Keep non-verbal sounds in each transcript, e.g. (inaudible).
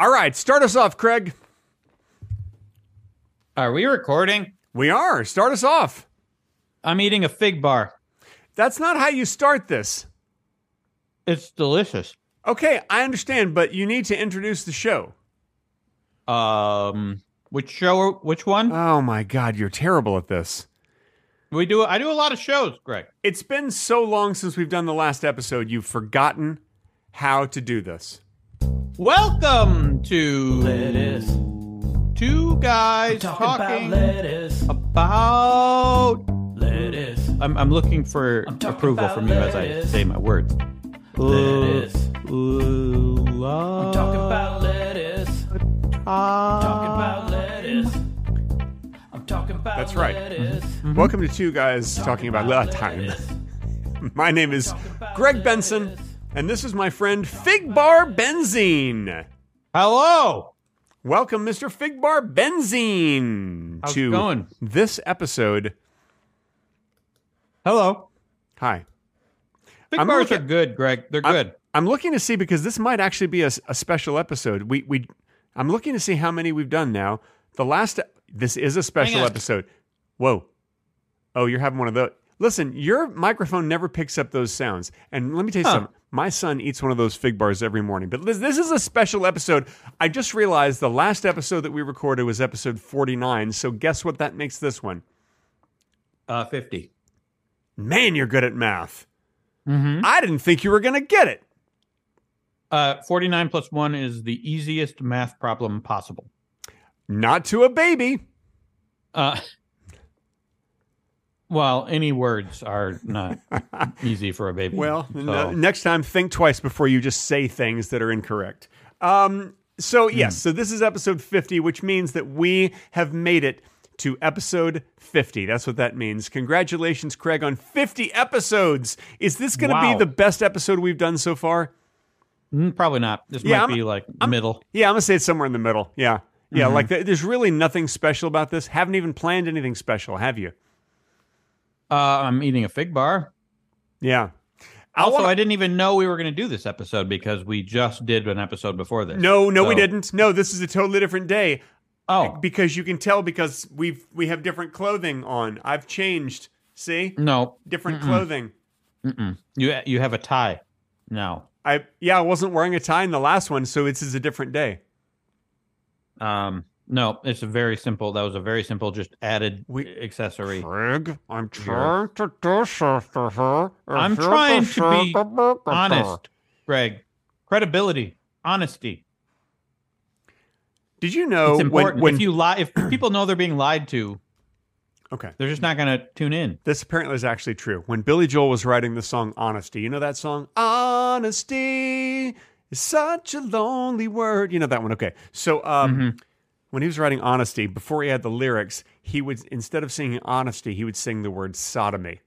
All right, start us off, Craig. Are we recording? We are. Start us off. I'm eating a fig bar. That's not how you start this. It's delicious. Okay, I understand, but you need to introduce the show. Um, which show? Which one? Oh my God, you're terrible at this. we do. I do a lot of shows, Greg. It's been so long since we've done the last episode, you've forgotten how to do this. Welcome to lettuce. two guys Talking, talking, about lettuce. about. Lettuce. I'm, I'm looking for I'm talking approval about from you as I lettuce. say my words. Lettuce. Uh. I'm I'm talking about lettuce. Talking about lettuce. I'm talking about That's right. lettuce. Welcome to Two Guys Talking About La Time. (laughs) lettuce. My name is Greg Benson, and this is my friend Fig Bar Benzine. Hello. Welcome, Mr. Figbar Benzine, How's it to going? this episode. Hello. Hi. Fig I'm bars looking- are good, Greg. They're I'm- good. I'm, looking to see because this might actually be a, s- a special episode. We we I'm looking to see how many we've done now. The last this is a special on. episode. Whoa. Oh, you're having one of those. Listen, your microphone never picks up those sounds. And let me tell you Huh. something. My son eats one of those fig bars every morning. But this, this is a special episode. I just realized the last episode that we recorded was episode 49. So guess what that makes this one? Uh, Fifty. Man, you're good at math. Mm-hmm. I didn't think you were going to get it. Uh, 49 plus 1 is the easiest math problem possible. Not to a baby. Uh, well, any words are (laughs) not easy for a baby. Well, n- So- next time, think twice before you just say things that are incorrect. Um, so, Hmm. yes, so this is episode 50, which means that we have made it to episode 50. That's what that means. Congratulations, Craig, on 50 episodes. Is this going to Wow. be the best episode we've done so far? Mm, probably not. This Yeah, might I'm- be like middle. Yeah, I'm going to say it's somewhere in the middle. Yeah. Yeah, Mm-hmm. like th- there's really nothing special about this. Haven't even planned anything special, have you? Uh, I'm eating a fig bar. Yeah. I Also, wanna- I didn't even know we were going to do this episode because we just did an episode before this. no, no, we So- didn't. No, this is a totally different day. Oh, because you can tell because we've we have different clothing on. I've changed. See, no. different clothing. Mm-mm. You you have a tie now. I yeah, I wasn't wearing a tie in the last one, so this is a different day. Um, no, it's a very simple. That was a very simple, just added accessory. Craig, I'm trying to do for her. I'm trying to be honest, Greg. Credibility, honesty. Did you know it's when, important. when if you lie, if people know they're being lied to, okay? they're just not going to tune in. This apparently is actually true. When Billy Joel was writing the song Honesty, you know that song? Honesty is such a lonely word. You know that one. Okay. So um, when he was writing Honesty, before he had the lyrics, he would, instead of singing honesty, he would sing the word sodomy.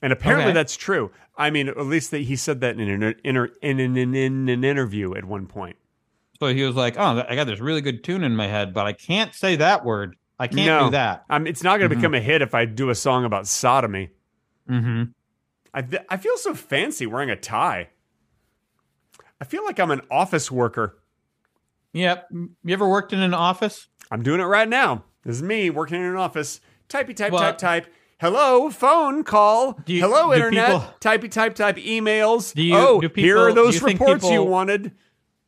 And apparently Okay. that's true. I mean, at least that he said that in an, inter, in, an, in, in an interview at one point. So he was like, "Oh, I got this really good tune in my head, but I can't say that word. I can't no, do that." Um, it's not Mm-hmm. going to become a hit if I do a song about sodomy. hmm I, th- I feel so fancy wearing a tie. I feel like I'm an office worker. Yep. You ever worked in an office? I'm doing it right now. This is me working in an office. Typey type Well- type type. Hello, phone call. Do you- Hello, do internet. people- Typey type type emails. Do you- oh, do here are people- do those you think reports you people- wanted.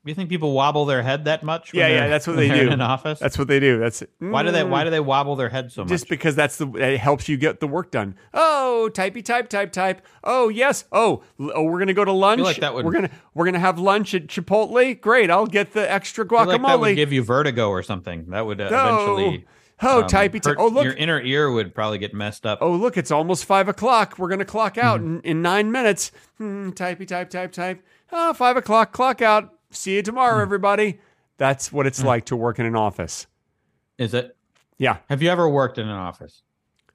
You think people wobble their head that much? when Yeah, yeah, they're- that's what when they they're do. in an office. That's what they do. That's why do they Why do they wobble their head so much? Just because that's the it helps you get the work done. Oh, typey type type type. Oh yes. Oh, l- oh we're gonna go to lunch. like that would- we're gonna we're gonna have lunch at Chipotle. Great, I'll get the extra I feel like that would guacamole. give you vertigo or something. That would uh, oh, eventually. oh um, typey type. hurt- Oh look. your inner ear would probably get messed up. Oh look, it's almost five o'clock. We're gonna Mm-hmm. clock out in, in nine minutes. Hmm, typey type type type. Ah, five o'clock. Clock out. See you Mm. tomorrow, everybody. That's what it's like to work in an office. Is it? Yeah. Have you ever worked in an office?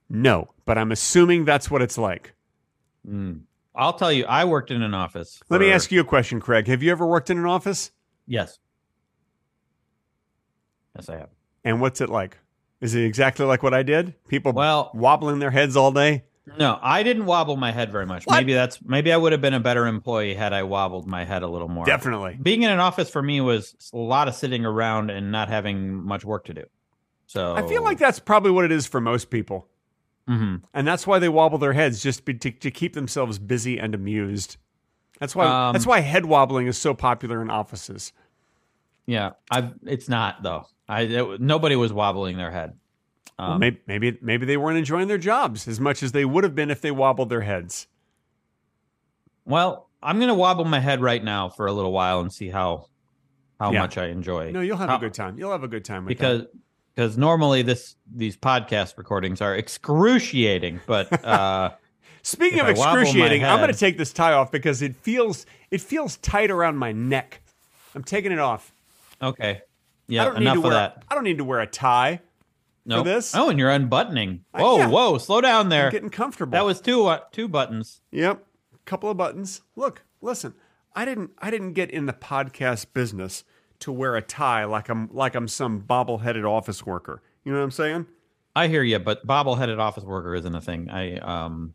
No, but I'm assuming that's what it's like. Mm. I'll tell you, I worked in an office. Let me ask you a question, Craig. Have you ever worked in an office? Yes. Yes, I have. And what's it like? Is it exactly like what I did? People Well- wobbling their heads all day? No, I didn't wobble my head very much. Maybe that's maybe I would have been a better employee had I wobbled my head a little more. Definitely. Being in an office for me was a lot of sitting around and not having much work to do. So I feel like that's probably what it is for most people. Mhm. And that's why they wobble their heads just be, to, to keep themselves busy and amused. That's why Um, that's why head wobbling is so popular in offices. Yeah, I've. It's not though. I it, nobody was wobbling their head. Um, maybe, maybe maybe they weren't enjoying their jobs as much as they would have been if they wobbled their heads. Well, I'm gonna wobble my head right now for a little while and see how how Yeah. much I enjoy. No, you'll have how- a good time. You'll have a good time with that. Uh, because because normally this these podcast recordings are excruciating, (laughs) but uh, Speaking if of I wobble my excruciating, I'm head- going to take this tie off because it feels it feels tight around my neck. I'm taking it off. okay, I yeah, don't need enough to of wear. that. I don't need to wear a tie. No, this? oh, and you're unbuttoning. Whoa, yeah. whoa, slow down there. I'm getting comfortable. That was two uh, two buttons. Yep. Couple of buttons. Look, listen. I didn't I didn't get in the podcast business to wear a tie like I'm like I'm some bobble-headed office worker. You know what I'm saying? I hear you, but bobbleheaded office worker isn't a thing. I um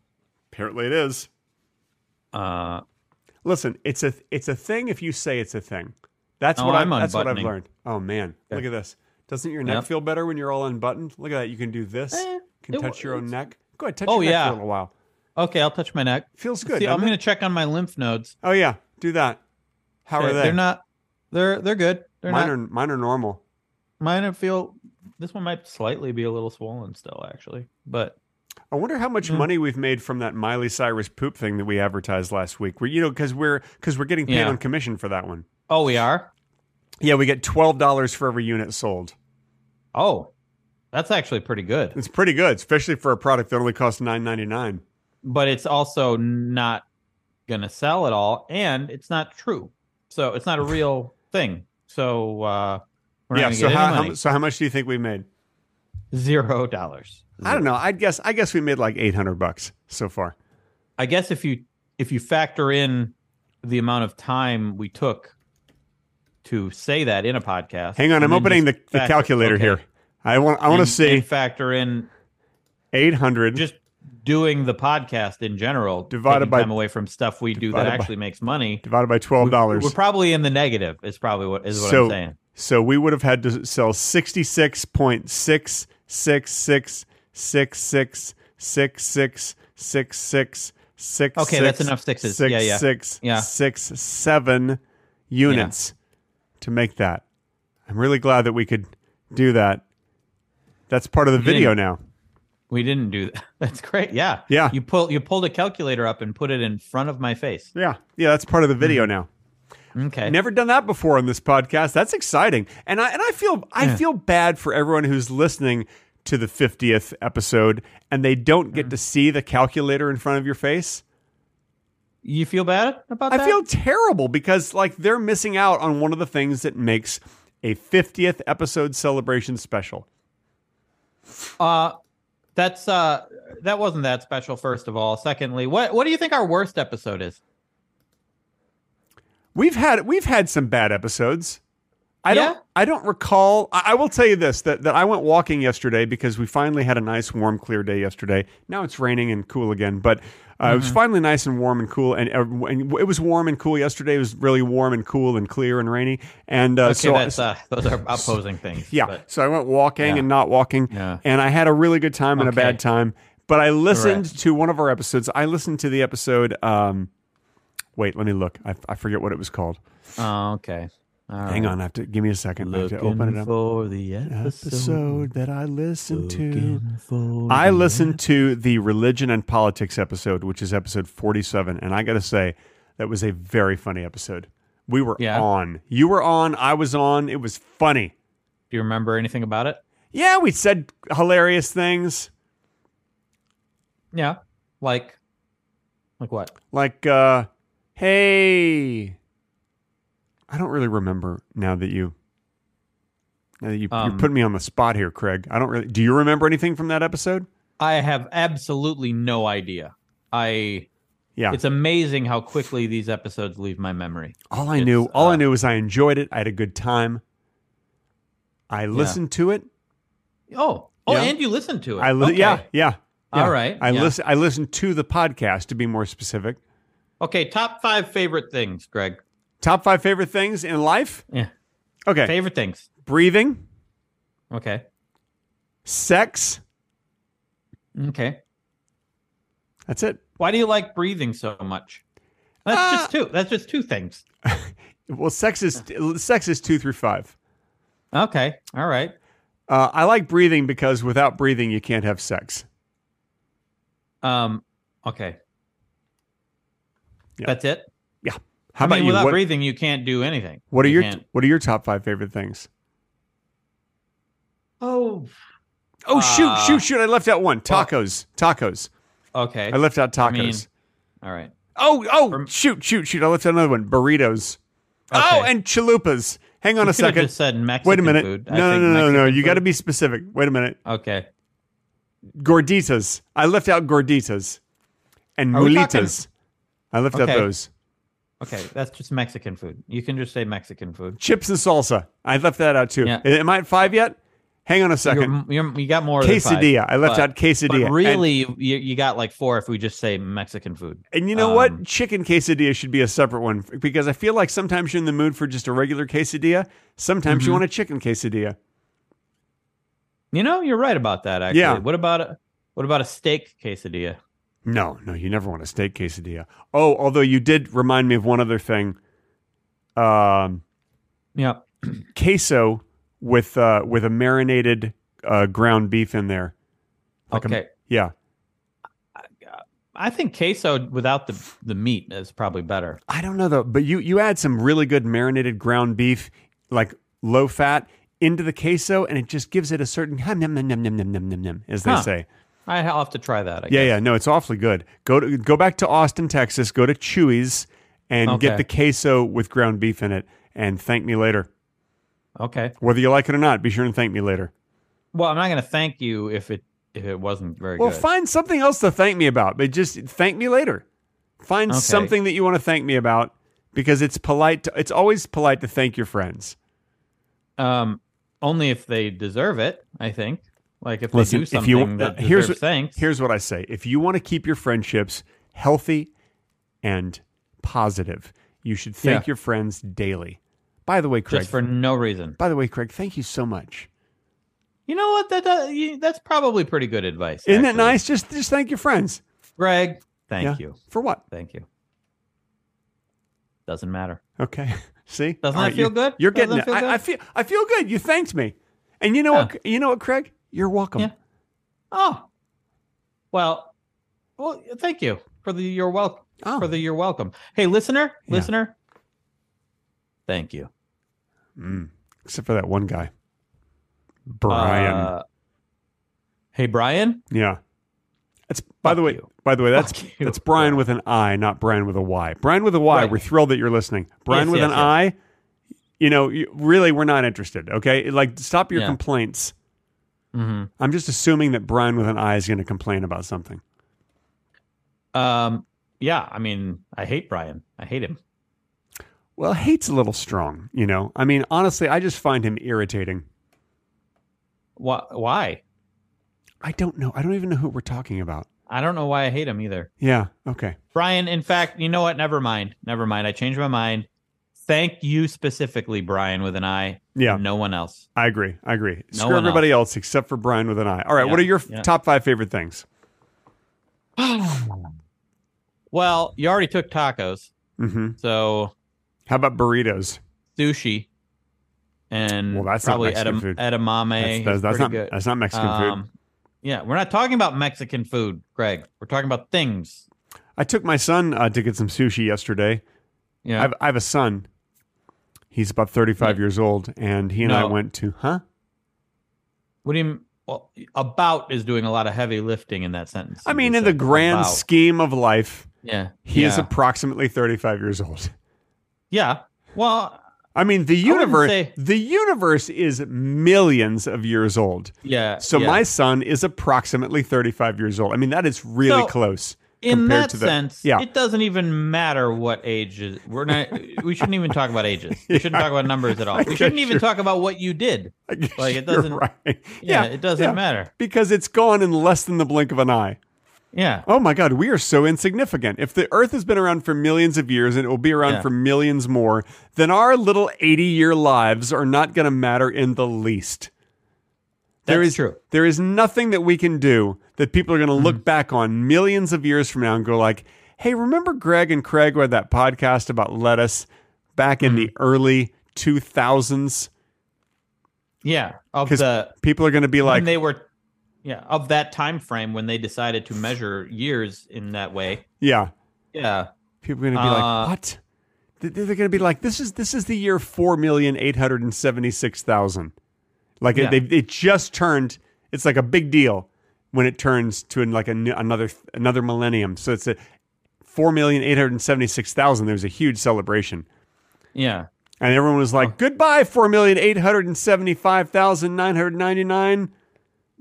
Apparently it is. uh Listen, it's a it's a thing if you say it's a thing. That's Oh, what I'm I, that's what I've unbuttoning. learned. Oh man, look at this. Doesn't your neck Yep. Eh, feel better when you're all unbuttoned? Look at that. You can do this. can it touch w- your own neck. Go ahead, touch Oh, your neck yeah. for a little while. okay, I'll touch my neck. Feels good. See, I'm doesn't going it? to check on my lymph nodes. Oh yeah, do that. How are they? are not. They're they're good. They're mine not. are mine are normal. Mine are feel. This one might slightly be a little swollen still, actually. But I wonder how Mm. much money we've made from that Miley Cyrus poop thing that we advertised last week. Where you know because we're because we're getting paid Yeah. on commission for that one. oh, we are. Yeah, we get twelve dollars for every unit sold. Oh, that's actually pretty good. It's pretty good, especially for a product that only costs nine ninety nine. But it's also not going to sell at all, and it's not true. So it's not a real thing. So uh, we're Yeah. not going to So get how, any how money. mu- so how much do you think we made? Zero dollars. I don't know. I guess I guess we made like eight hundred bucks so far. I guess if you if you factor in the amount of time we took to say that in a podcast. Hang on, I'm and then opening the, just the factor- calculator okay, here. I want I want to and- see and factor in eight hundred. just doing the podcast in general Divided taking by- time away from stuff we do that divided by- actually makes money. Divided by twelve dollars. We're probably in the negative. Is probably what is what so, I'm saying. So we would have had to sell sixty six point six six six six six six six six six six. Okay, that's enough sixes. Yeah, yeah. Yeah. seven units to make that. I'm really glad that we could do that. That's part of the didn't- video now. We didn't do that. (laughs) That's great. Yeah. Yeah. You pull you pulled a calculator up and put it in front of my face. Yeah, yeah, that's part of the video now. Okay. Never done that before on this podcast. That's exciting, and I and I feel I feel bad for everyone who's listening to the fiftieth episode and they don't get to see the calculator in front of your face. You feel bad about that? I feel terrible because like they're missing out on one of the things that makes a fiftieth episode celebration special. Uh that's uh that wasn't that special first of all. Secondly, what what do you think our worst episode is? We've had we've had some bad episodes. I Yeah? don't I don't recall. I, I will tell you this that, that I went walking yesterday because we finally had a nice warm clear day yesterday. Now it's raining and cool again, but uh, it was Mm-hmm. finally nice and warm and cool. And, uh, and it was warm and cool yesterday. It was really warm and cool and clear and rainy. And uh, Okay, so that's uh those are opposing (laughs) things. yeah, but- so I went walking Yeah. and not walking, Yeah. and I had a really good time and a Okay. bad time. But I listened Correct. to one of our episodes. I listened to the episode. Um, wait, let me look. I, I forget what it was called. Oh, okay. All right. Hang on, I have to give me a second. I have Looking to open it up. for the episode. Episode that I listened to. Looking for I the- listened to the religion and politics episode, which is episode forty-seven, and I got to say that was a very funny episode. We were Yeah. on. You were on. I was on. It was funny. Do you remember anything about it? Yeah, we said hilarious things. Yeah. Like like what? like uh hey I don't really remember now that you. Now that you, Um, you're putting me on the spot here, Craig. I don't really. Do you remember anything from that episode? I have absolutely no idea. I Yeah. it's amazing how quickly these episodes leave my memory. All I It's, knew, all I uh, knew was I enjoyed it. I had a good time. I listened to it. Oh, oh, Yeah. and you listen to it. I li- Okay. yeah, yeah, yeah. All right, I yeah. listen. I listened to the podcast to be more specific. Okay, top five favorite things, Greg. Top five favorite things in life. Yeah, Okay, favorite things. breathing, Okay, sex. okay. That's it. Why do you like breathing so much? That's Uh, just two. That's just two things. Well, sex is sex is two through five. Okay, all right. Uh, I like breathing because without breathing, you can't have sex. Um, okay. Yeah. That's it. Yeah. How I about mean, you? without What, breathing, you can't do anything. what are You your can't- What are your top five favorite things? oh, Oh shoot, Uh, shoot, shoot! I left out one. Tacos, tacos. okay. I left out tacos. mean, all right. Oh, oh, Or- shoot, shoot, shoot. I left out another one. Burritos. Oh, Okay. and chalupas. Hang (laughs) on a You could have second. just said Mexican Wait a minute. Food. No, I no, think no, no, no. Mexican You got to food- be specific. Wait a minute. Okay. Gorditas. I left out gorditas and Are we mulitas. I left out Okay. those. Okay, that's just Mexican food. You can just say Mexican food. Chips and salsa. I left that out too. Yeah. Am I at five yet? Hang on a second. You're, you're, you got more. Quesadilla. I left but- out quesadilla. But really, you, you got like four if we just say Mexican food. And, and you know what? um, Chicken quesadilla should be a separate one f- because I feel like sometimes you're in the mood for just a regular quesadilla. Sometimes Mm-hmm. you want a chicken quesadilla. You know, you're right about that. Actually, Yeah. What about a what about a steak quesadilla? No, no, you never want a steak quesadilla. Oh, although you did remind me of one other thing. Um, Yeah. queso with uh, with a marinated uh, ground beef in there. Like a- Okay. yeah, I think queso without the the meat is probably better. I don't know though, but you you add some really good marinated ground beef, like low fat, into the queso, and it just gives it a certain hum, num, num, num, num, num, num, num, num, as they Huh. say. I- I'll have to try that. I Yeah, guess. yeah, no, it's awfully good. Go to go back to Austin, Texas. Go to Chewy's and get the Okay. queso with ground beef in it, and thank me later. Okay. Whether you like it or not, be sure and thank me later. Well, I'm not going to thank you if it if it wasn't very Well, good. find something else to thank me about, but just thank me later. Find Okay. something that you want to thank me about because it's polite. To, it's always polite to thank your friends. Um, only if they deserve it. I think. Like if Listen, they do if something you that uh, here's deserves what, thanks. here's what I say: if you want to keep your friendships healthy and positive, you should thank Yeah. your friends daily. By the way, Craig. just for no reason. by the way, Craig, thank you so much. You know what? That, that you, that's probably pretty good advice. Isn't it actually. nice? Just just thank your friends. Greg? Thank Yeah. you. For what? Thank you. Doesn't matter. Okay. (laughs) See, Doesn't All that feel you're- good? You're Doesn't getting that it. feel I, I good? feel. I feel good. You thanked me, and you know Yeah. what? You know what, Craig? You're welcome. Yeah. Oh, well, well. Thank you for the you're welcome. Oh. For the you're welcome. Hey, listener, Yeah. listener. Thank you, Mm. Except for that one guy, Brian. Uh, hey, Brian. yeah. That's by the fuck way. you. By the way, (laughs) that's Fuck you, that's Brian Brian. with an I, not Brian with a Y. Brian with a Y. Right. We're thrilled that you're listening. Brian Yes, with yes, an yes. I. You know, you, really, we're not interested. Okay, like stop your Yeah. complaints. hmm I'm just assuming that Brian with an I is going to complain about something. Um. Yeah. I mean, I hate Brian. I hate him. Well, hate's a little strong. You know, I mean, honestly, I just find him irritating. Why? Why? I don't know. I don't even know who we're talking about. I don't know why I hate him either. Yeah. Okay. Brian, in fact, you know what? Never mind. Never mind. I changed my mind. Thank you specifically, Brian, with an I. Yeah. No one else. I agree. I agree. Mm. No Screw one everybody else. except for Brian with an eye. All right. Yeah, What are your f- yeah. top five favorite things? Well, you already took tacos, hmm so How about burritos? sushi, and Well, that's not probably Mexican edam- food. That's, edamame. that's, is that's pretty not good. that's not Mexican food. Um, Yeah, we're not talking about Mexican food, Greg. We're talking about things. I took my son uh, to get some sushi yesterday. Yeah. I've, I have a son. He's about thirty-five years old, and he and I No. went to huh? what do you? m- Well, about is doing a lot of heavy lifting in that sentence. I you mean, just in the said, grand about. scheme of life, yeah, he is yeah. approximately thirty-five years old. Yeah. Well, I mean, the wouldn't universe say- the universe is millions of years old. Yeah. So yeah. my son is approximately 35 years old. I mean, that is really So, close. in compared that to the- sense, yeah. it doesn't even matter what age is. We're not. we shouldn't even talk about ages. (laughs) We shouldn't talk about numbers at all. We shouldn't guess even talk about what you did. I guess Like, (laughs) it you're doesn't- Right. Yeah, Yeah, it doesn't yeah. matter. because it's gone in less than the blink of an eye. Yeah. Oh my God, we are so insignificant. If the Earth has been around for millions of years and it will be around Yeah. for millions more, then our little 80 year lives are not going to matter in the least. there That's is true. Mm-hmm. There is nothing that we can do that people are going to look back on millions of years from now and go like, "Hey, remember Greg and Craig who had that podcast about lettuce back Mm-hmm. in the early 2000s?" Yeah. Of 'Cause the People are going to be like, when they were. Yeah, of that time frame when they decided to measure years in that way. "Yeah." Yeah. People are going to be Uh, like, "What?" Th- They're going to be like, "This is this is the year four million eight hundred and seventy six thousand. Like Yeah. it, they it just turned. It's like a big deal when it turns to an, like a, new- another another millennium. So it's a four million eight hundred seventy six thousand. There was a huge celebration, Yeah. and everyone was Oh. like, "Goodbye, four million eight hundred seventy five thousand nine hundred ninety nine.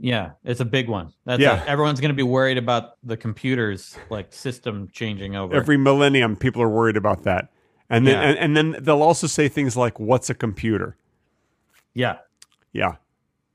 Yeah, it's a big one. That's Yeah. it. everyone's going to be worried about the computers like system changing over. Every millennium, people are worried about that, and then Yeah. and, and then they'll also say things like, "What's a computer?" yeah. Yeah,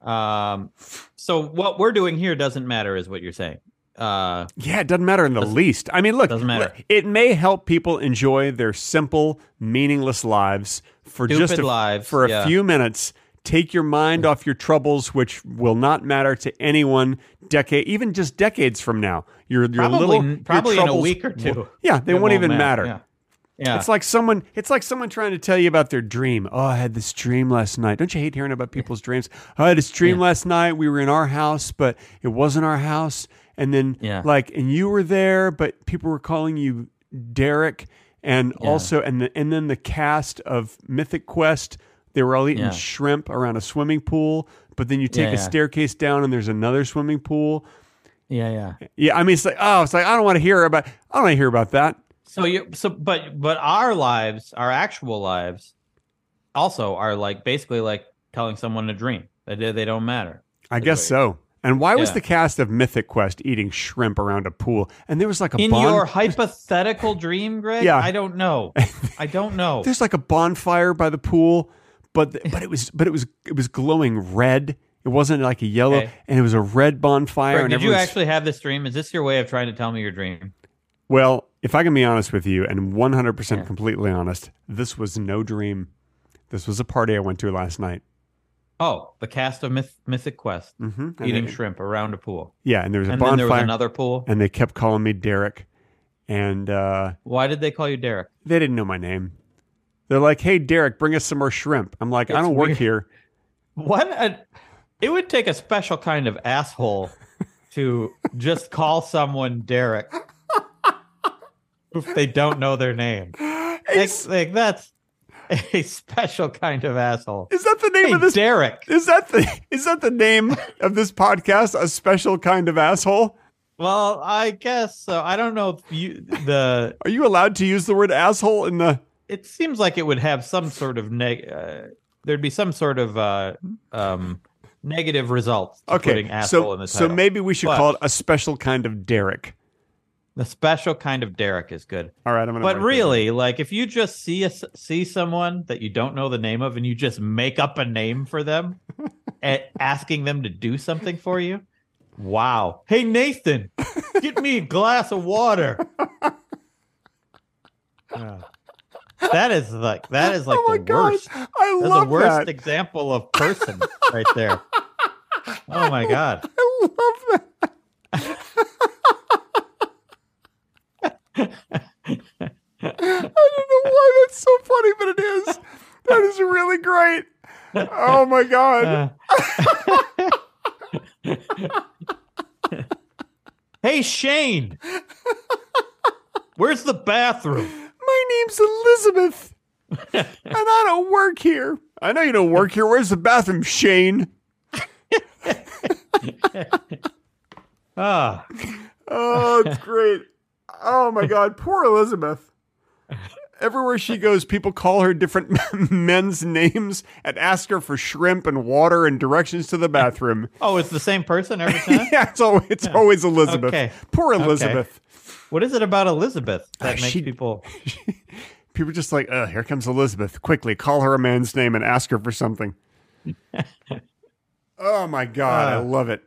Um so what we're doing here doesn't matter is what you're saying. Uh Yeah, it doesn't matter in the least. I mean, look, Doesn't matter. It may help people enjoy their simple, meaningless lives for Stupid just a, lives, for a yeah. few minutes. Take your mind off your troubles, which will not matter to anyone. Decade, even just decades from now, your your probably little your probably in a troubles week or two. will- yeah, they it won't, even matter. Yeah. Yeah. It's like someone it's like someone trying to tell you about their dream. Oh, I had this dream last night. Don't you hate hearing about people's dreams? Oh, I had this dream last night. We were in our house, but it wasn't our house. And then Yeah. like and you were there, but people were calling you Derek and also and the, and then the cast of Mythic Quest, they were all eating Yeah. shrimp around a swimming pool, but then you take Yeah, a yeah. staircase down and there's another swimming pool. yeah, yeah. Yeah, I mean it's like, oh, it's like I don't want to hear about I don't want to hear about that. So you so but but our lives, our actual lives also are like basically like telling someone a dream. They they don't matter. I guess so. And why was Yeah. the cast of Mythic Quest eating shrimp around a pool? And there was like a In bon- (laughs) your hypothetical dream, Greg? Yeah. I don't know. I (laughs) don't know. there's like a bonfire by the pool, but Eh. th- but it was but it was it was glowing red. It wasn't like a yellow, Okay. and it was a red bonfire. Greg, and Eh. did you everyone's- actually have this dream? Is this your way of trying to tell me your dream? Well, if I can be honest with you, and 100 percent completely honest, this was no dream. This was a party I went to last night. Oh, the cast of Myth- Mythic Quest hmm eating shrimp around a pool, yeah, and there was a and then there bonfire, was another pool. and they kept calling me Derek, and uh, Why did they call you Derek? they didn't know my name. They're like, "Hey, Derek, bring us some more shrimp." I'm like, "I It's don't work weird. here." What? A, it would take a special kind of asshole to just call someone Derek (laughs) if they don't know their name. Like, Is, like that's a special kind of asshole. is that the name Hey, of this? Derek. Is that the is that the name of this podcast? A special kind of asshole. Well, I guess so. I don't know if you the Are you allowed to use the word asshole in the? it seems like it would have some sort of neg. Uh, there'd be some sort of uh, um, negative results. to Okay, putting asshole in so the so title. maybe we should But- call it a special kind of Derek. the special kind of Derek is good. All right, I'm gonna. mark But that down. really, like if you just see a, see someone that you don't know the name of, and you just make up a name (laughs) for them, a- asking them to do something for you, wow! Hey Nathan, get me a glass (laughs) of water. Yeah. That is like that is like oh my the god, worst. I That's the love worst that. example of person right (laughs) there. Oh my god. I love that. I don't know why that's so funny, but it is. That is really great. (laughs) Oh my god. Uh. hey Shane. Where's the bathroom? My name's Elizabeth. (laughs) and I don't work here. I know you don't work here. Where's the bathroom, Shane? Ah. Ah. (laughs) Oh, it's great. Oh my god, poor Elizabeth. Everywhere she goes, people call her different (laughs) men's names and ask her for shrimp and water and directions to the bathroom. (laughs) Oh, it's the same person every time. yeah, it's always, it's always Elizabeth. Okay. Poor Okay. Elizabeth. What is it about Elizabeth that Uh, makes she- people? People are just like, uh, here comes Elizabeth. Quickly, call her a man's name and ask her for (laughs) something. oh my god, Ah. I love it.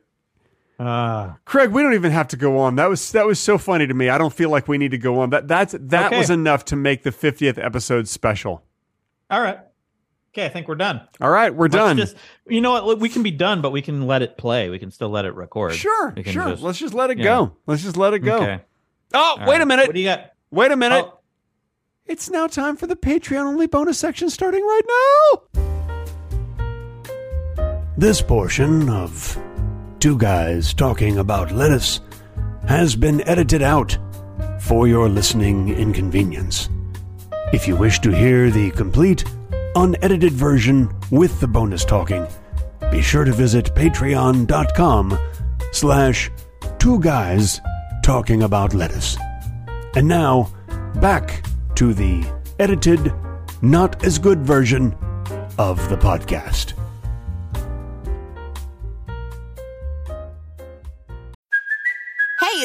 Uh, Craig, we don't even have to go on. That was that was so funny to me. I don't feel like we need to go on. That that's that Okay. was enough to make the 50th episode special. all right. Okay, I think we're done. All right, we're Let's done. Just you know what? We can be done, but we can let it play. We can still let it record. sure, We can sure. just- Let's just let it yeah. go. Let's just let it go. Okay. Oh, All wait right. a minute. What do you got? wait a minute. Oh, It's now time for the Patreon only bonus section starting right now. This portion of Two Guys Talking About Lettuce has been edited out for your listening inconvenience. If you wish to hear the complete, unedited version with the bonus talking, be sure to visit patreon.com slash two guys talking about lettuce. And now, back to the edited, not as good version of the podcast. Hey,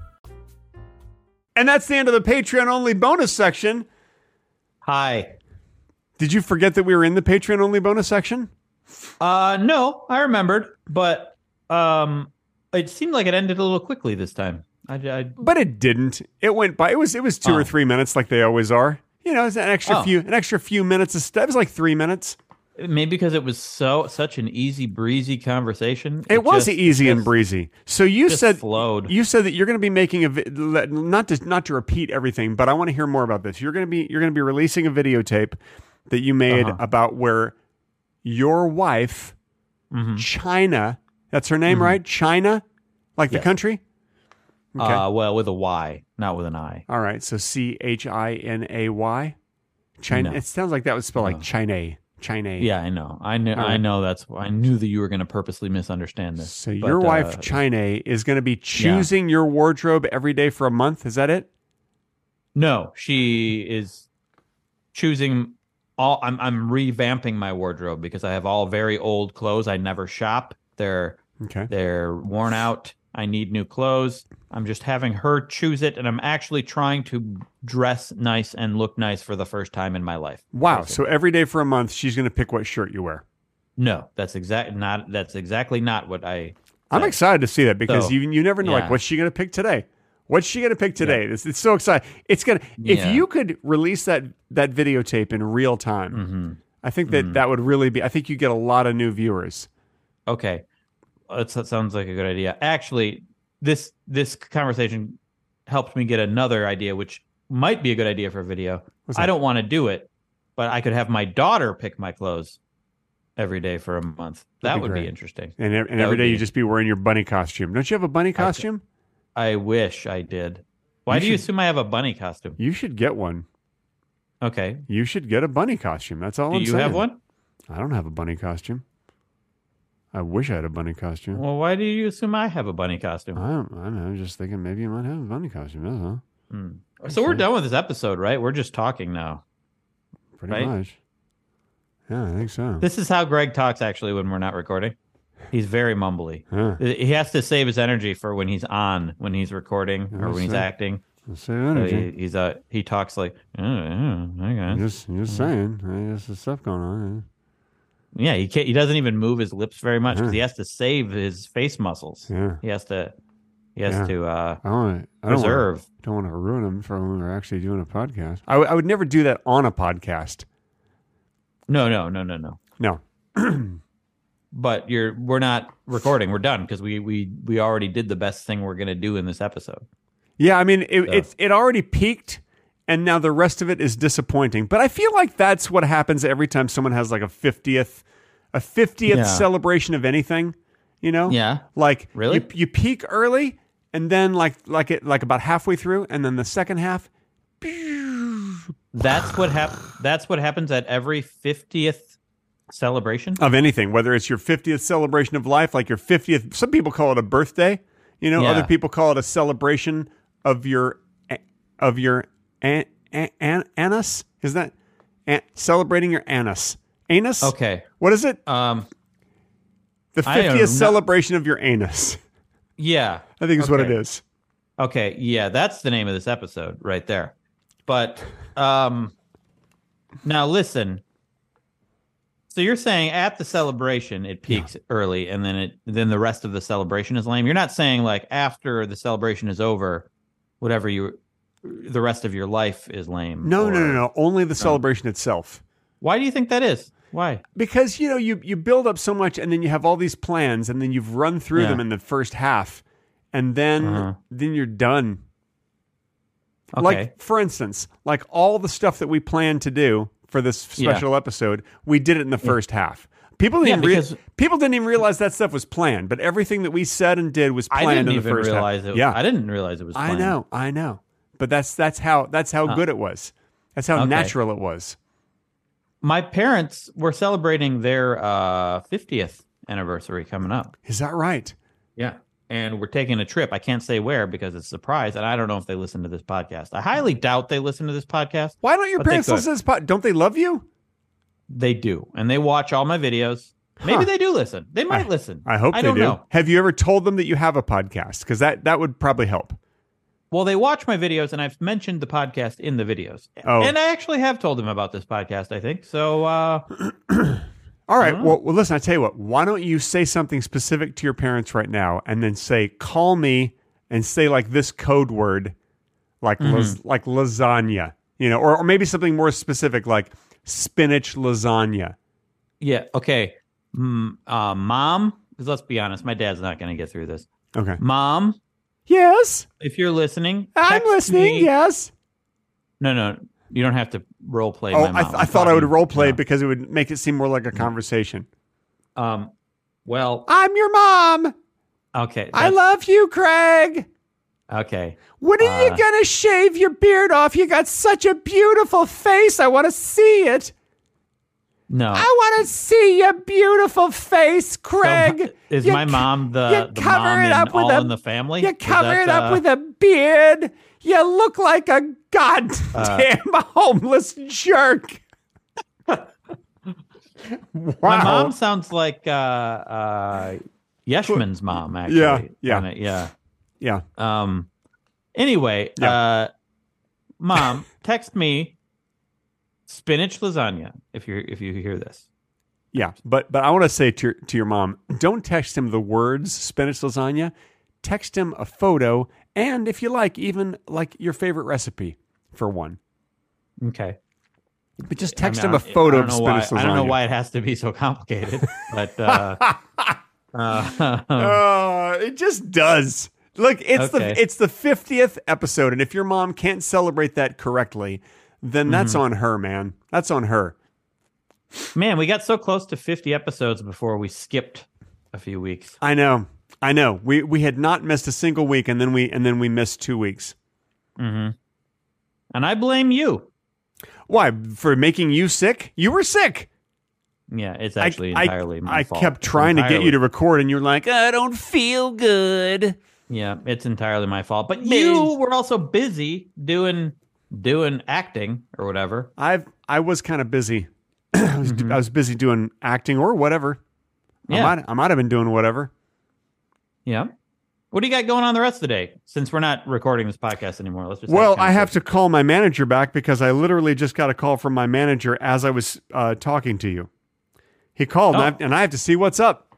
And that's the end of the Patreon only bonus section. hi. Did you forget that we were in the Patreon only bonus section? Uh, no, I remembered, but um, it seemed like it ended a little quickly this time. I, I But it didn't. It went by. It was it was two or Oh. three minutes, like they always are. You know, it's an extra Oh. few an extra few minutes. Of st- it was like three minutes. maybe because it was so such an easy breezy conversation. It, was just- easy and just- breezy. So you just said flowed. you said that you're going to be making a vi- le- not to not to repeat everything, but I want to hear more about this. You're going to be you're going to be releasing a videotape that you made Uh-huh. about where your wife Mm-hmm. China, that's her name, right? China, like the Yes. country. Okay. Uh, well, with a Y, not with an I. All right, so C H I N A Y. China. No. It sounds like that was spelled like China. China. Yeah, I know. I knew. I know. That's. I knew that you were going to purposely misunderstand this. So but, your wife uh, China is going to be choosing your wardrobe every day for a month. Is that it? No, she is choosing all I'm I'm revamping my wardrobe because I have all very old clothes I never shop. They're Okay. they're worn out. I need new clothes. I'm just having her choose it and I'm actually trying to dress nice and look nice for the first time in my life. Wow. So every day for a month, she's going to pick what shirt you wear. No, that's exact not that's exactly not what I I'm Yeah. excited to see that because So, you you never know like yeah. what's she going to pick today. What's she going to pick today? It's, it's so exciting. It's going to if Yeah. you could release that that videotape in real time. Mm-hmm. I think that that would really be. I think you get a lot of new viewers. Okay, That's- that sounds like a good idea. Actually, this this conversation helped me get another idea, which might be a good idea for a video. What's I that? don't want to do it, but I could have my daughter pick my clothes every day for a month. That'd That be would be great. interesting. And, ev- and That every would day you be- just be wearing your bunny costume. Don't you have a bunny costume? I wish I did. Why You do you should- assume I have a bunny costume? You should get one. Okay. You should get a bunny costume. That's all Do I'm you saying. have one? I don't have a bunny costume. I wish I had a bunny costume. Well, why do you assume I have a bunny costume? I don't, I don't know. I was just thinking maybe you might have a bunny costume. That's all. So we're done with this episode, right? We're just talking now. Pretty Right? much. Yeah, I think so. This is how Greg talks actually when we're not recording. He's very mumbly. Uh, Huh. He has to save his energy for when he's on, when he's recording or when he's sure. acting. Let's save So energy. he, he's uh he talks like "Oh, yeah, I I'm guess." just, just saying. There's some stuff going on. yeah he can't he doesn't even move his lips very much because he has to save his face muscles. Yeah. He has to he has Yeah. to uh I want to. I don't wanna, preserve. don't want to ruin them for when we're actually doing a podcast. I, w- I would never do that on a podcast. No no no no no. No. But you're we're not recording. We're done because we we we already did the best thing we're gonna do in this episode. Yeah, I mean, it, it's it already peaked, and now the rest of it is disappointing. But I feel like that's what happens every time someone has like a 50th a 50th Yeah. celebration of anything, you know? Yeah. Like Really? you, you peak early and then like like it like about halfway through and then the second half That's what hap- That's what happens at every fiftieth celebration. of anything, whether it's your 50th celebration of life, like your 50th, some people call it a birthday, you know, Yeah. other people call it a celebration of your, of your an, an, an, anus. Is that an, celebrating your anus? Anus? Okay. What is it? Um. The I am 50th not- celebration of your anus, Yeah. I think is what it Okay. is. Okay, yeah, that's the name of this episode right there. But um now listen. So you're saying at the celebration it peaks early and then it then the rest of the celebration is lame. You're not saying like after the celebration is over whatever you the rest of your life is lame. No, or- no, no, no. Only the celebration itself. Why do you think that is? Why? because you know you you build up so much and then you have all these plans and then you've run through Yeah. them in the first half and then Uh-huh. then you're done Okay. like for instance like all the stuff that we planned to do for this Yeah. special episode we did it in the first half people didn't even Yeah, rea- because- people didn't even realize that stuff was planned but everything that we said and did was I planned didn't in the even first realize half it. yeah I didn't realize it was I planned. know i know but that's that's how that's how good it was that's how Okay. natural it was My parents were celebrating their uh 50th anniversary coming up. is that right Yeah. And we're taking a trip. I can't say where because it's a surprise. And I don't know if they listen to this podcast. I highly Mm. doubt they listen to this podcast. why don't your But they parents could. listen to this pod don't they love you They do. And they watch all my videos. Maybe Huh. they do listen. They might I- listen. I hope I they don't do. know. Have you ever told them that you have a podcast? Because that that would probably help. Well, they watch my videos, and I've mentioned the podcast in the videos. Oh. And I actually have told them about this podcast, I think. So, uh, All right. Well, well, listen. I tell you what. Why don't you say something specific to your parents right now, and then say, "Call me," and say like this code word, like las- like lasagna, you know, or, or maybe something more specific like spinach lasagna. yeah. Okay. Mm, uh, Mom, because let's be honest, my dad's not going to get through this. Okay. Mom, Yes, if you're listening, I'm text listening. me- Yes. No, no. You don't have to role play. Oh, my I, mom. th- I'm I thought I would talking- Mm-hmm. role play No. because it would make it seem more like a conversation. Um, well, I'm your mom. okay. I that's- love you, Craig. Okay. When are you Uh, gonna shave your beard off? You got such a beautiful face. I want to see it. No. I want to see your beautiful face, So, Craig. is You my co- mom you the, the cover mom it in up with all a- in the family? You Is cover that, it up uh, with a beard. You look like a goddamn Uh. (laughs) homeless jerk. wow. My mom sounds like uh, uh, Yeshman's mom, actually. yeah. Kinda, yeah. Yeah. Um. Anyway, Yeah. uh, mom, text me spinach lasagna if you if you hear this. Yeah, but but I want to say to your, to your mom, don't text him the words spinach lasagna. Text him a photo, and if you like, even like your favorite recipe for one. Okay. But just text I mean, him a I don't- photo I don't of know spinach why, lasagna. I don't know why it has to be so complicated, but uh, (laughs) uh, Uh, it just does. Look, it's Okay. the it's the fiftieth episode, and if your mom can't celebrate that correctly, then that's Mm-hmm. on her, man. That's on her. man, we got so close to 50 episodes before we skipped a few weeks. I know, I know. We we had not missed a single week, and then we and then we missed two weeks. And I blame you. Why? For making you sick? You were sick. Yeah, it's actually entirely my I fault. kept trying to get you Entirely. to record, and you're like, "Uh, I don't feel good. Yeah, it's entirely my fault. But you were also busy doing doing acting or whatever. I've I was kind of busy. (clears throat) I, was, I was busy doing acting or whatever. Mm-hmm. Yeah. I might I might have been doing whatever. Yeah. What do you got going on the rest of the day? Since we're not recording this podcast anymore, let's just Well, kinda I have to call my manager back because I literally just got a call from my manager as I was uh, talking to you. He called, Oh. and, I, and I have to see what's up.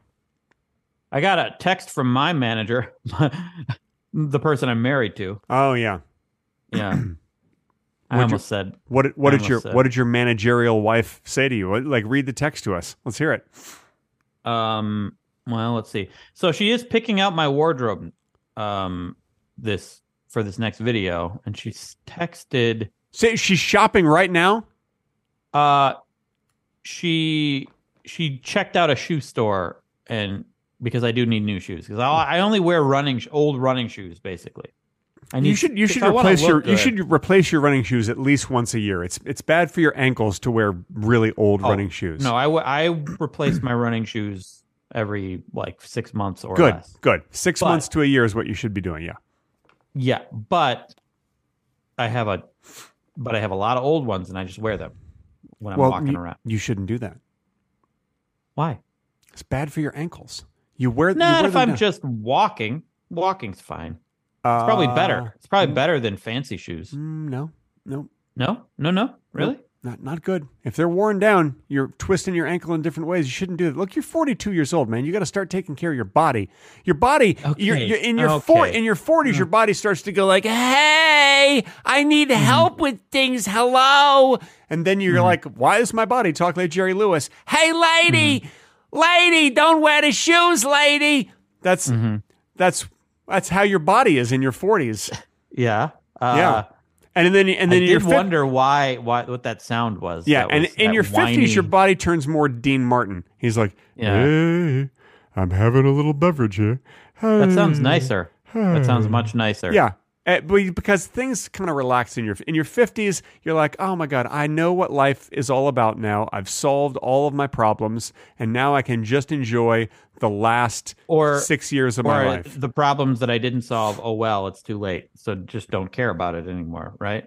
I got a text from my manager, (laughs) the person I'm married to. Oh yeah. (clears throat) Yeah. I Would you- almost said, What did- what did Almost your said. what did your managerial wife say to you? What- Like read the text to us. Let's hear it. um, well, let's see. So she is picking out my wardrobe um, this for this next video, and she's texted Say she's shopping right now. Uh, she she checked out a shoe store and because I do need new shoes because I, I only wear running sh- old running shoes basically. I need You should you if should I wanna replace look your you good- should replace your running shoes at least once a year. It's it's bad for your ankles to wear really old running shoes. Oh. No, I, w- I replace my running shoes every like six months or good, less. good. Six But- months to a year is what you should be doing. Yeah, Yeah, but I have a but I have a lot of old ones and I just wear them when I'm well, walking you, around. you shouldn't do that. Why? It's bad for your ankles. You wear you Not wear if them I'm down. just walking. Walking's fine. Uh, It's probably better. It's probably better than fancy shoes. mm, No, no, No, no, no. Really? not not good. If they're worn down, you're twisting your ankle in different ways. You shouldn't do that. Look, you're 42 years old, man. You got to start taking care of your body. Your body, you're, Okay, you're in your four, okay. Uh-huh. in your 40s, your body starts to go like, "Hey, I need Mm-hmm. help with things. Hello." And then you're like, "Why is my body talk like Jerry Lewis? Hey, lady, Mm-hmm. lady, don't wear the shoes, lady." That's Mm-hmm. that's that's how your body is in your 40s. Yeah. Uh, yeah. And then and I then in your did 50s wonder why why what that sound was. yeah, That and was in that your whiny- fifties, your body turns more Dean Martin. He's like, Yeah. "Hey, I'm having a little beverage here." that sounds nicer. That sounds much nicer. Hmm. Yeah, Eh, but because things kind of relax in your in your fifties, you're like, "Oh my god, I know what life is all about now. I've solved all of my problems, and now I can just enjoy the last Or- six years of or my life." the problems that I didn't solve. Oh well, it's too late. So just don't care about it anymore, right?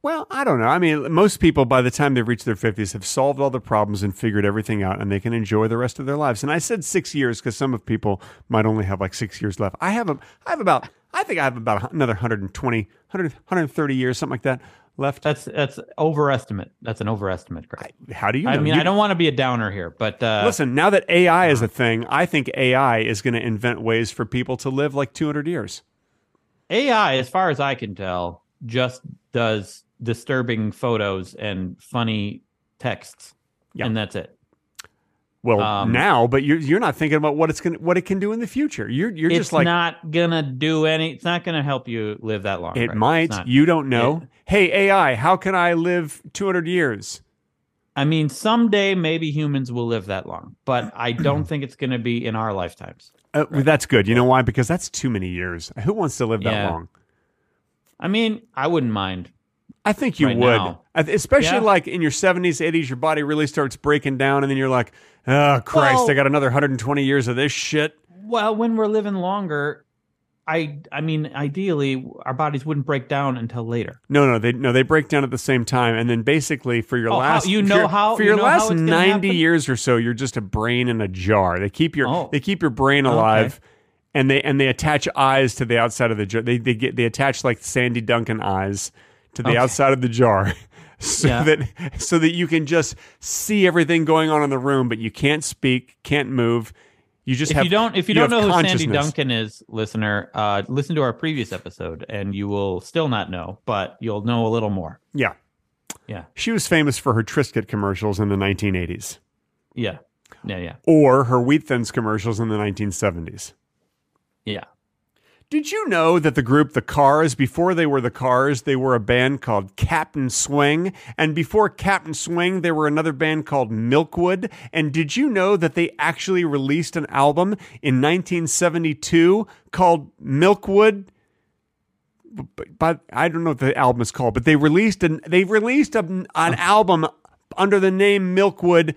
Well, I don't know. I mean, most people by the time they reach their 50s have solved all the problems and figured everything out and they can enjoy the rest of their lives. And I said 6 years cuz some of people might only have like 6 years left. I have a I have about I think I have about another 120 100, 130 years something like that left. That's that's overestimate. That's an overestimate, Greg. How do you I, know? mean, You- I don't want to be a downer here, but uh, uh-huh. Listen, now that AI is a thing, I think AI is going to invent ways for people to live like 200 years. AI, as far as I can tell, just does disturbing photos and funny texts, Yeah. and that's it. Well, Um, now, but you're you're not thinking about what it's going what it can do in the future. You're you're it's just like not gonna do any. It's not gonna help you live that long. It Greg. It's might. not. You don't know. hey, AI, how can I live 200 years? I mean, someday maybe humans will live that long, but (clears throat) I don't think it's gonna be in our lifetimes. Uh, well, That's good. You know why? Because that's too many years. Who wants to live that Yeah. long? I mean, I wouldn't mind. I think you Right would. now. I th- Especially Yeah. like in your 70s, 80s, your body really starts breaking down, and then you're like, oh, Christ, Well- I got another 120 years of this shit. Well, when we're living longer, I I mean, ideally, our bodies wouldn't break down until later. No, no, they no, they break down at the same time, and then basically for your Oh, how- last, you for know your- how- for you your know last how it's gonna ninety happen? years or so, you're just a brain in a jar. They keep your Oh. they keep your brain alive, and they and they attach eyes to the outside of the jar. They they get they attach like Sandy Duncan eyes to the outside of the jar, (laughs) so Yeah. that so that you can just see everything going on in the room, but you can't speak, can't move. You just If have you don't, if you, don't have know who Sandy consciousness. Duncan is, listener, uh, listen to our previous episode, and you will still not know, but you'll know a little more. yeah, Yeah. she was famous for her Triscuit commercials in the 1980s. Yeah, yeah, yeah, or her Wheat Thins commercials in the 1970s. yeah. Did you know that the group The Cars, before they were The Cars, they were a band called Captain Swing? And before Captain Swing, they were another band called Milkwood. And did you know that they actually released an album in 1972 called Milkwood? But, but I don't know what the album is called, but they released an they released a, an Oh. album under the name Milkwood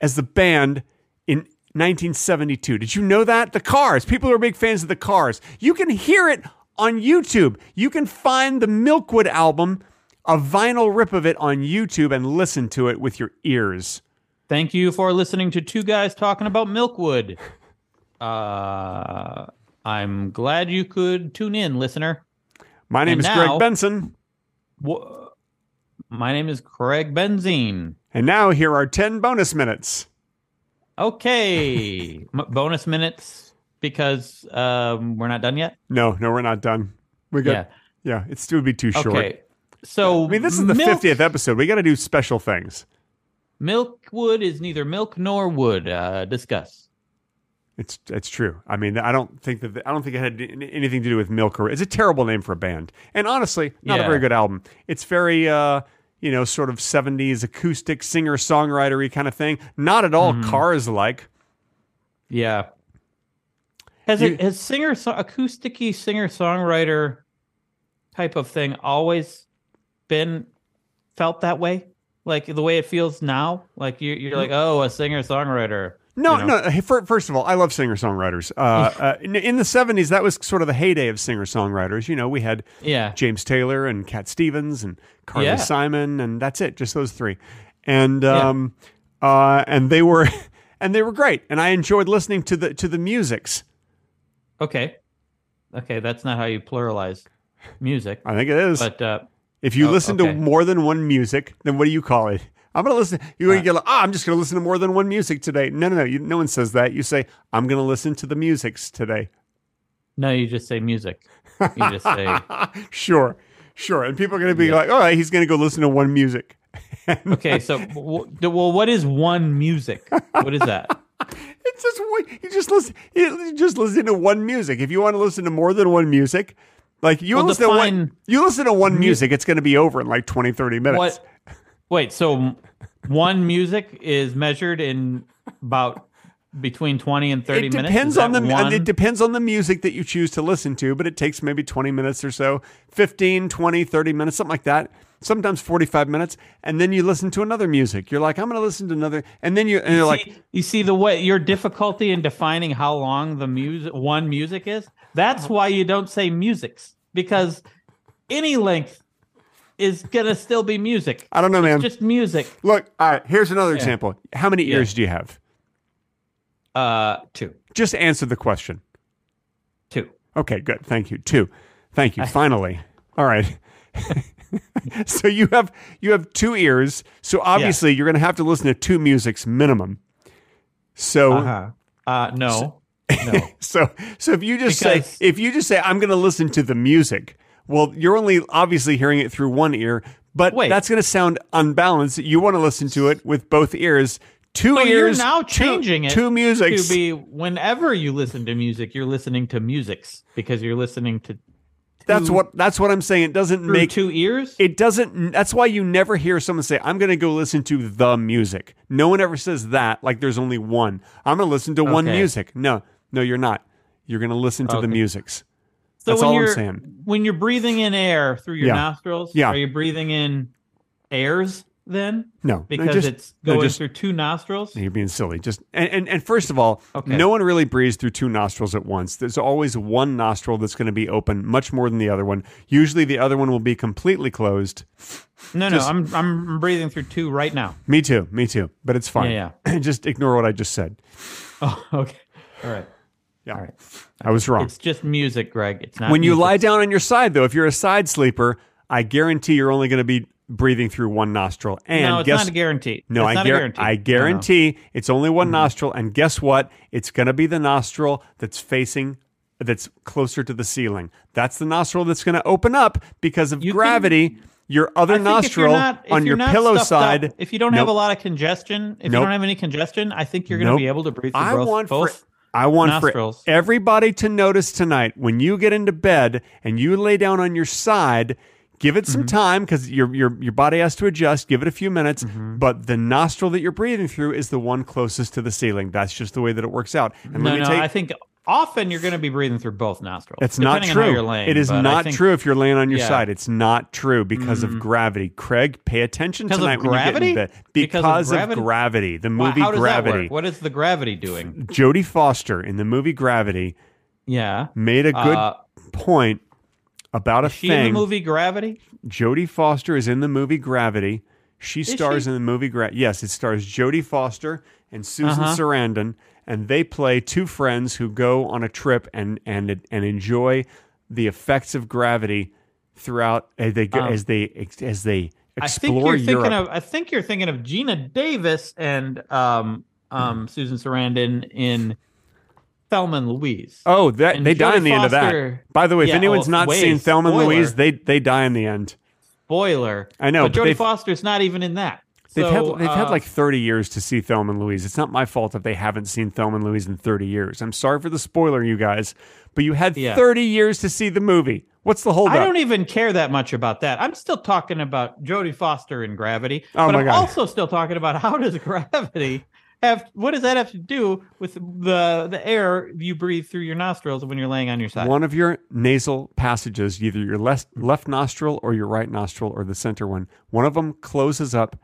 as the band in 1972. Did you know that? The Cars. People who are big fans of the Cars. You can hear it on YouTube. You can find the Milkwood album, a vinyl rip of it on YouTube, and listen to it with your ears. Thank you for listening to two guys talking (laughs) about Milkwood. Uh, I'm glad you could tune in, listener. My name is And Greg now- Benson, Wha- My name is Craig Benzine. and now here are 10 bonus minutes. Okay, M- bonus minutes because um, we're not done yet. No, no, we're not done. We got, yeah, Yeah. it's, it would be too short. Okay, so I mean, this is the e-, milk, 50th episode. We got to do special things. Milkwood is neither milk nor wood. Uh, discuss. It's it's true. I mean, I don't think that I don't think it had an- anything to do with milk or it's a terrible name for a band. And honestly, not a Yeah. very good album. It's very uh, you know, sort of 70s acoustic singer songwritery kind of thing. Not at all Mm-hmm. cars like. Yeah. Has You- it has singer so, acousticy singer songwriter type of thing always been felt that way? Like the way it feels now? Like you you're like, oh, a singer songwriter. Mm. No, no. hey, fir- First of all, I love singer songwriters. Uh, (laughs) uh, in- in the '70s, that was sort of the heyday of singer songwriters. You know, we had Yeah. James Taylor and Cat Stevens and Carly Yeah. Simon, and that's it. Just those three, and um, uh, and they were (laughs) and they were great, and I enjoyed listening to the to the musics. Okay. Okay, that's not how you pluralize music. I think it is. But uh if you oh, listen okay. to more than one music, then what do you call it? I'm gonna listen. You gonna get like, ah, I'm just gonna listen to more than one music today. No, no, no. You, no one says that. You say I'm gonna listen to the musics today. (laughs) no, you just say music. You just say (laughs) sure, sure. And people are going to be like, all right, he's going to go listen to one music. Okay, so w- w- well what is one music? What (laughs) is that? It's just one- you just listen, you just listen to one music. If you want to listen to more than one music, like you Well, listen to one, define- you listen to one music, it's going to be over in like 20, 30 minutes. What? Wait, so m- one music is measured in about between 20 and 30 It minutes? depends Is on the that one? it depends on the music that you choose to listen to, but it takes maybe 20 minutes or so, 15, 20, 30 minutes, something like that. Sometimes 45 minutes, and then you listen to another music. You're like, I'm going to listen to another, and then you and you're like, See- you see the way your difficulty in defining how long the music one music is? That's why you don't say musics because any length is going to still be music. I don't know, man. Just music. Look, all right, here's another example. How many ears do you have? Uh two. Just answer the question. Two. Okay, good. Thank you. Two. Thank (laughs) you. Finally. All right. (laughs) so you have you have two ears. So obviously you're going to have to listen to two musics minimum. So Uh-huh. Uh no. No. so so if you just Because- say if you just say I'm going to listen to the music, well, you're only obviously hearing it through one ear, but Wait. that's going to sound unbalanced. You want to listen to it with both ears. Two So you're ears now two- changing it Two musics. to be whenever you listen to music, you're listening to musics because you're listening to That's what that's what I'm saying. It doesn't through make two ears. it doesn't that's why you never hear someone say I'm going to go listen to the music. No one ever says that like there's only one. I'm going to listen to one Okay. music. No. No, you're not. You're going to listen to the musics. so that's when all I'm you're saying. when you're breathing in air through your Yeah. nostrils, Yeah. are you breathing in airs then? No. no, because just- it's no, going just- through two nostrils. You're being silly. Just and, and, and first of all, Okay. no one really breathes through two nostrils at once. There's always one nostril that's going to be open much more than the other one. Usually the other one will be completely closed. No, no, I'm I'm breathing through two (laughs) right now. Me too, me too. But it's fine. Yeah, (clears throat) just ignore what I just said. Oh, okay, (laughs) all right. Yeah. All right. I was wrong. It's just music, Greg. It's not when you music. lie down on your side though, if you're a side sleeper, I guarantee you're only going to be breathing through one nostril. And No, it's guess not a guarantee. No, It's I, not a guar- guarantee. I No, Mm-hmm. no. guarantee it's only one nostril. And guess what? It's going to be the nostril that's facing, that's closer to the ceiling. That's the nostril that's going to open up because of You can- gravity. your other I think if you're nostril not- if on your you're not pillow stuffed side. up, if you don't have a Nope. lot of congestion, if you Nope. don't have any congestion, I think you're going to be Nope. able to breathe through I both. want for- both. I want nostrils. for everybody to notice tonight when you get into bed and you lay down on your side. Give it Mm-hmm. some time because your your your body has to adjust. Give it a few minutes, Mm-hmm. but the nostril that you're breathing through is the one closest to the ceiling. That's just the way that it works out. And no, let me no, tell you, I think often you're going to be breathing through both nostrils. It's not depending on how true. you're laying, it is but I not think true if you're laying on your Yeah. Mm-hmm. side. It's not true because of gravity. Craig, pay attention Because of tonight when you get gravity? in bed. Because of Because, of, gravity? gravity, the Wow, movie how does that work? Gravity. What is the gravity doing? Jodie Foster in the movie Gravity Yeah. made a good Uh, point about a She thing. in the movie Gravity? Jodie Foster is in the movie Gravity. She stars she? in the movie Gravity. Yes, it stars Jodie Foster and Susan Uh-huh. Sarandon, and they play two friends who go on a trip and and and enjoy the effects of gravity throughout as they go, as they as they Um, I think explore you're thinking Europe. of I think you're thinking of Gina Davis and um, Hmm. um, Susan Sarandon in Thelma and Louise. oh, that and they die Jodie in the end of Foster- that. By the way, if Yeah, anyone's oh, not wait, seen Thelma and spoiler. Louise, they they die in the end. Spoiler. I know, But but they- Jodie Foster's not even in that. They've, So, had, they've had uh, like 30 years to see Thelma and Louise. It's not my fault if they haven't seen Thelma and Louise in 30 years. I'm sorry for the spoiler, you guys, but you had Yeah. 30 years to see the movie. What's the holdup? I don't e-, even care that much about that. I'm still talking about Jodie Foster and Gravity, Oh but my I'm God. also still talking about how (laughs) does Gravity have what does that have to do with the the air you breathe through your nostrils when you're laying on your side? one of your nasal passages, either your left, left nostril or your right nostril or the center one, one of them closes up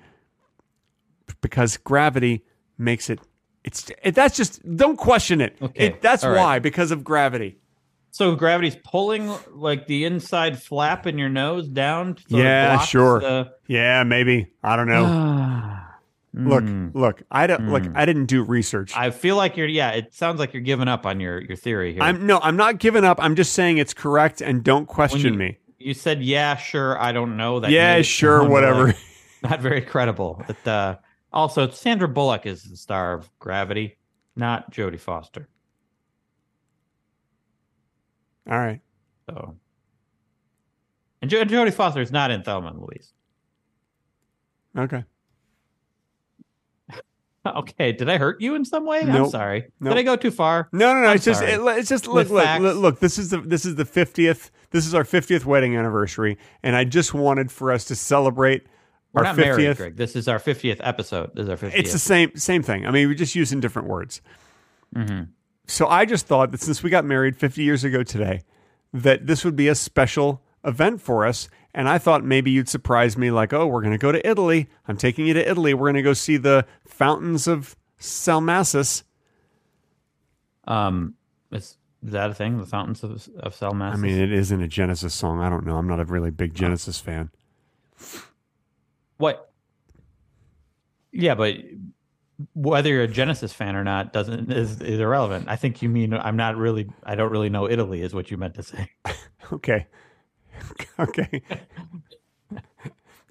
because gravity makes it. It's it, that's just don't question it. Okay, It- that's all right. why because of gravity. So gravity's pulling like the inside flap in your nose down. So it Yeah, blocks sure. the- Yeah, maybe I don't (sighs) know. (sighs) look, look, I don't look. I didn't do research. Hmm. I feel like you're. Yeah, it sounds like you're giving up on your your theory here. I'm no, I'm not giving up. I'm just saying it's correct and don't When question you- me. You said, "Yeah, sure." I don't know that. Yeah, made it sure, sound whatever. like (laughs) not very credible. But uh, also, Sandra Bullock is the star of Gravity, not Jodie Foster. All right. So, and jo- Jodie Foster is not in Thelma and Louise. (laughs) Okay. Okay, did I hurt you in some way? I'm Nope. sorry. Nope. Mm-hmm. Did I go too far? No, no, no. I'm it's just sorry. it, it's just look, With look, facts. look, look. This is the this is the fiftieth. This is our fiftieth wedding anniversary, and I just wanted for us to celebrate We're our not married, fiftieth. Greg. This is our 50th episode. This is our 50th. It's the same same thing. I mean, we're just using different words. So I just thought that since we got married 50 years ago today, that this would be a special event for us. And I thought maybe you'd surprise me, like, oh, we're going to go to Italy. I'm taking you to Italy. We're going to go see the fountains of Salmassus. um, is, is that a thing? The Fountains of, of Selma? I mean, it isn't a Genesis song. I don't know. I'm not a really big Genesis fan. (laughs) What? Yeah, but whether you're a Genesis fan or not doesn't is, is irrelevant. I think you mean I'm not really I don't really know Italy is what you meant to say. Okay. okay. (laughs)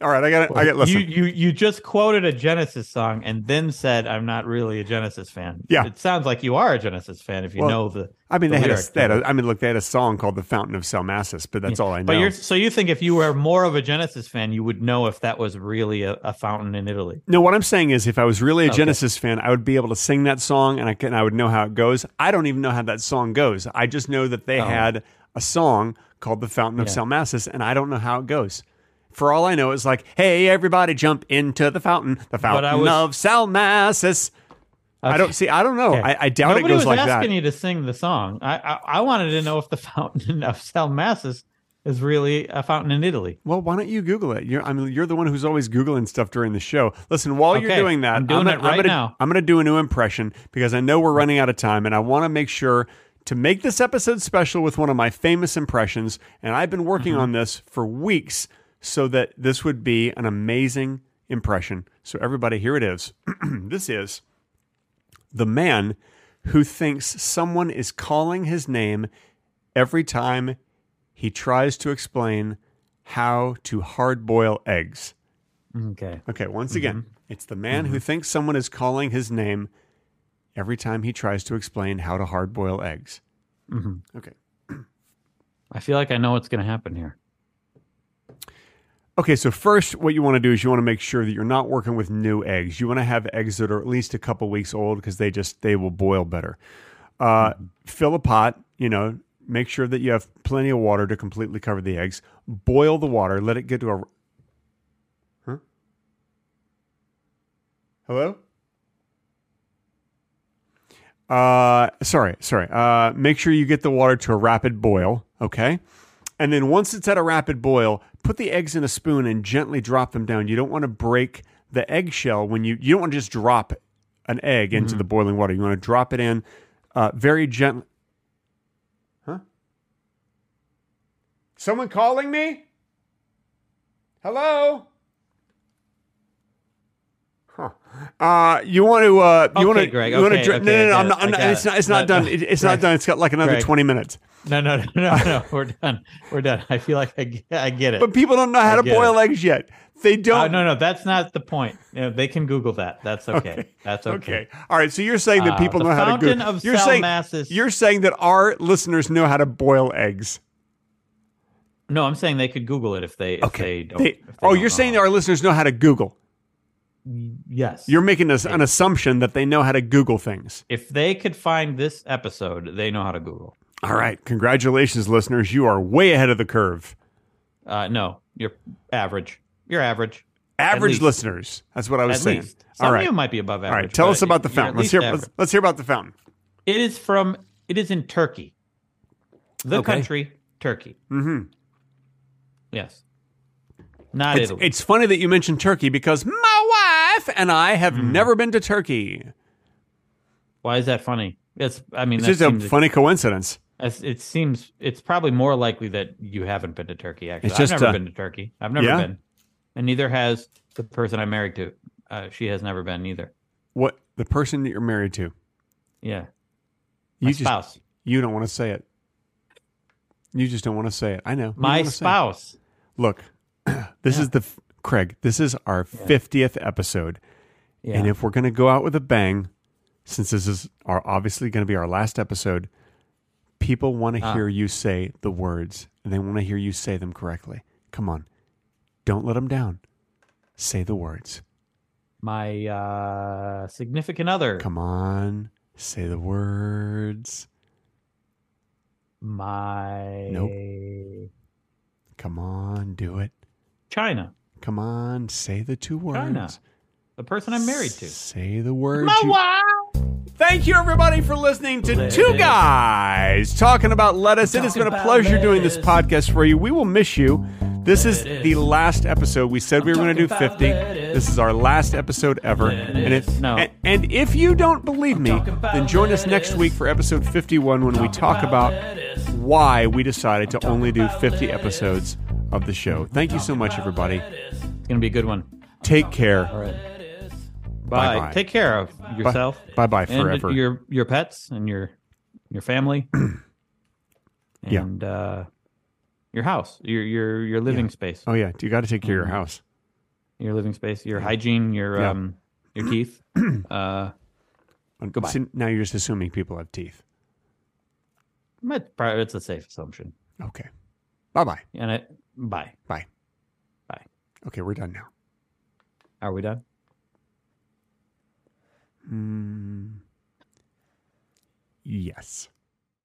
All right. I got to (laughs) I got listen. You you you just quoted a Genesis song and then said I'm not really a Genesis fan. Yeah. It sounds like you are a Genesis fan if you Well, know the I mean, the they had, a, lyric. they had a, I mean, look, they had a song called "The Fountain of Salmassus," but that's all I know. But you're so you think if you were more of a Genesis fan, you would know if that was really a, a fountain in Italy. No, what I'm saying is, if I was really a Genesis fan, I would be able to sing that song, and I can, I would know how it goes. I don't even know how that song goes. I just know that Oh. they had a song called "The Fountain of Salmassus," and I don't know how it goes. For all I know, it's like, "Hey, everybody, jump into the fountain, the But I fountain was- of Salmassus." I don't see. I don't know. I, I doubt Nobody it goes was like asking that. you to sing the song. I, I I wanted to know if the (laughs) fountain of Salmassus is really a fountain in Italy. well, why don't you Google it? You're, I mean, you're the one who's always googling stuff during the show. Listen, while you're Okay, doing that, I'm doing gonna, it right gonna, now. I'm going to do a new impression because I know we're running out of time, and I want to make sure to make this episode special with one of my famous impressions. And I've been Mm-hmm. working on this for weeks so that this would be an amazing impression. So everybody, here it is. (clears throat) this is the man who thinks someone is calling his name every time he tries to explain how to hard boil eggs. Okay. Okay, once again, it's the man who thinks someone is calling his name every time he tries to explain how to hard boil eggs. Okay. I feel like I know what's going to happen here. Okay, so first, what you want to do is you want to make sure that you're not working with new eggs. You want to have eggs that are at least a couple weeks old because they just they will boil better. Uh, Fill a pot. You know, make sure that you have plenty of water to completely cover the eggs. Boil the water. Let it get to a. Huh? Hello. Uh, sorry, sorry. Uh, make sure you get the water to a rapid boil. Okay. And then once it's at a rapid boil, put the eggs in a spoon and gently drop them down. You don't want to break the eggshell when you you don't want to just drop an egg into Mm-hmm. the boiling water. You want to drop it in uh, very gently. Huh? Someone calling me? Hello? Huh. Uh, you want to? Uh, you want to? Okay, Greg, You want to? okay, dr- okay, no, I no, no. get I'm not. it, I'm I not get it's it. not. It's not No, done. no. It, it's not done. It's got like another Greg. twenty minutes. No, no, (laughs) no, no, no. We're done. We're done. I feel like I get, I get it. But people don't know how I to get boil eggs yet. They Oh, don't. no, no, that's not the point. No, they can Google that. That's okay. That's okay. Okay. All right. So you're saying that Uh, people the know how to fountain go- of you're saying, Salmassus. You're saying that our listeners know how to boil eggs. No, I'm saying they could Google it if they if they don't. They- if they oh, don't you're know. saying that our listeners know how to Google. yes. You're making this, an assumption that they know how to Google things. if they could find this episode, they know how to Google. All right. Congratulations, listeners. You are way ahead of the curve. Uh, no, you're average. You're average. Average least. listeners. That's what I was At saying. least some All right. of you might be above All average. right. Tell but us about the you're fountain. at Let's hear, least let's, average. let's hear about the fountain. It is from. It is in Turkey, the Okay. country Turkey. Mm-hmm. Yes, not It's, Italy. it's funny that you mentioned Turkey because my wife and I have Mm. never been to Turkey. Why is that funny? It's. I mean, It's that just a seems- funny coincidence. it's- It seems it's probably more likely that you haven't been to Turkey. Actually, It's just, I've never uh, been to Turkey. I've never yeah? been, and neither has the person I'm married to. Uh, she has never been either. What the person that you're married to, Yeah, you my just spouse. you don't want to say it. You just don't want to say it. I know. You don't My wanna say it. spouse. Look, (clears throat) this is the f- Craig. This is our fiftieth episode, Yeah. and if we're gonna go out with a bang, since this is our obviously gonna be our last episode, people want Uh. to hear you say the words, and they want to hear you say them correctly. Come on, don't let them down. Say the words. my uh, significant other, Come on, say the words. my Come on, do it. China, Come on, say the two words. China, the person I'm married to. Say the words. My you- wife. Thank you, everybody, for listening to Two Lettuce. Guys Talking About Lettuce. It has been a Talking pleasure about doing this podcast for you. We will miss you. This is the last episode. We said we were going to do talking about 50. lettuce. This is our last episode ever. And if, No. and, and if you don't believe me, talking about then join us next lettuce. week for episode 51 when we talk about lettuce. why we decided to only do about 50 lettuce. episodes of the show. Thank you so much, everybody. It's gonna be a good one. Take care. Bye. Bye-bye. Take care of (laughs) yourself. Bye bye and forever. your your pets and your (clears throat) your family. and uh, your house, your your your living space, Oh, yeah. You got to take care of your house. your living space, your hygiene, your Yeah. um (clears throat) your teeth. uh, Goodbye. See, now you're just assuming people have teeth. that's probably it's a safe assumption. Okay. Bye bye. And it bye. Bye. Bye. Okay, we're done now. Are we done? Yes.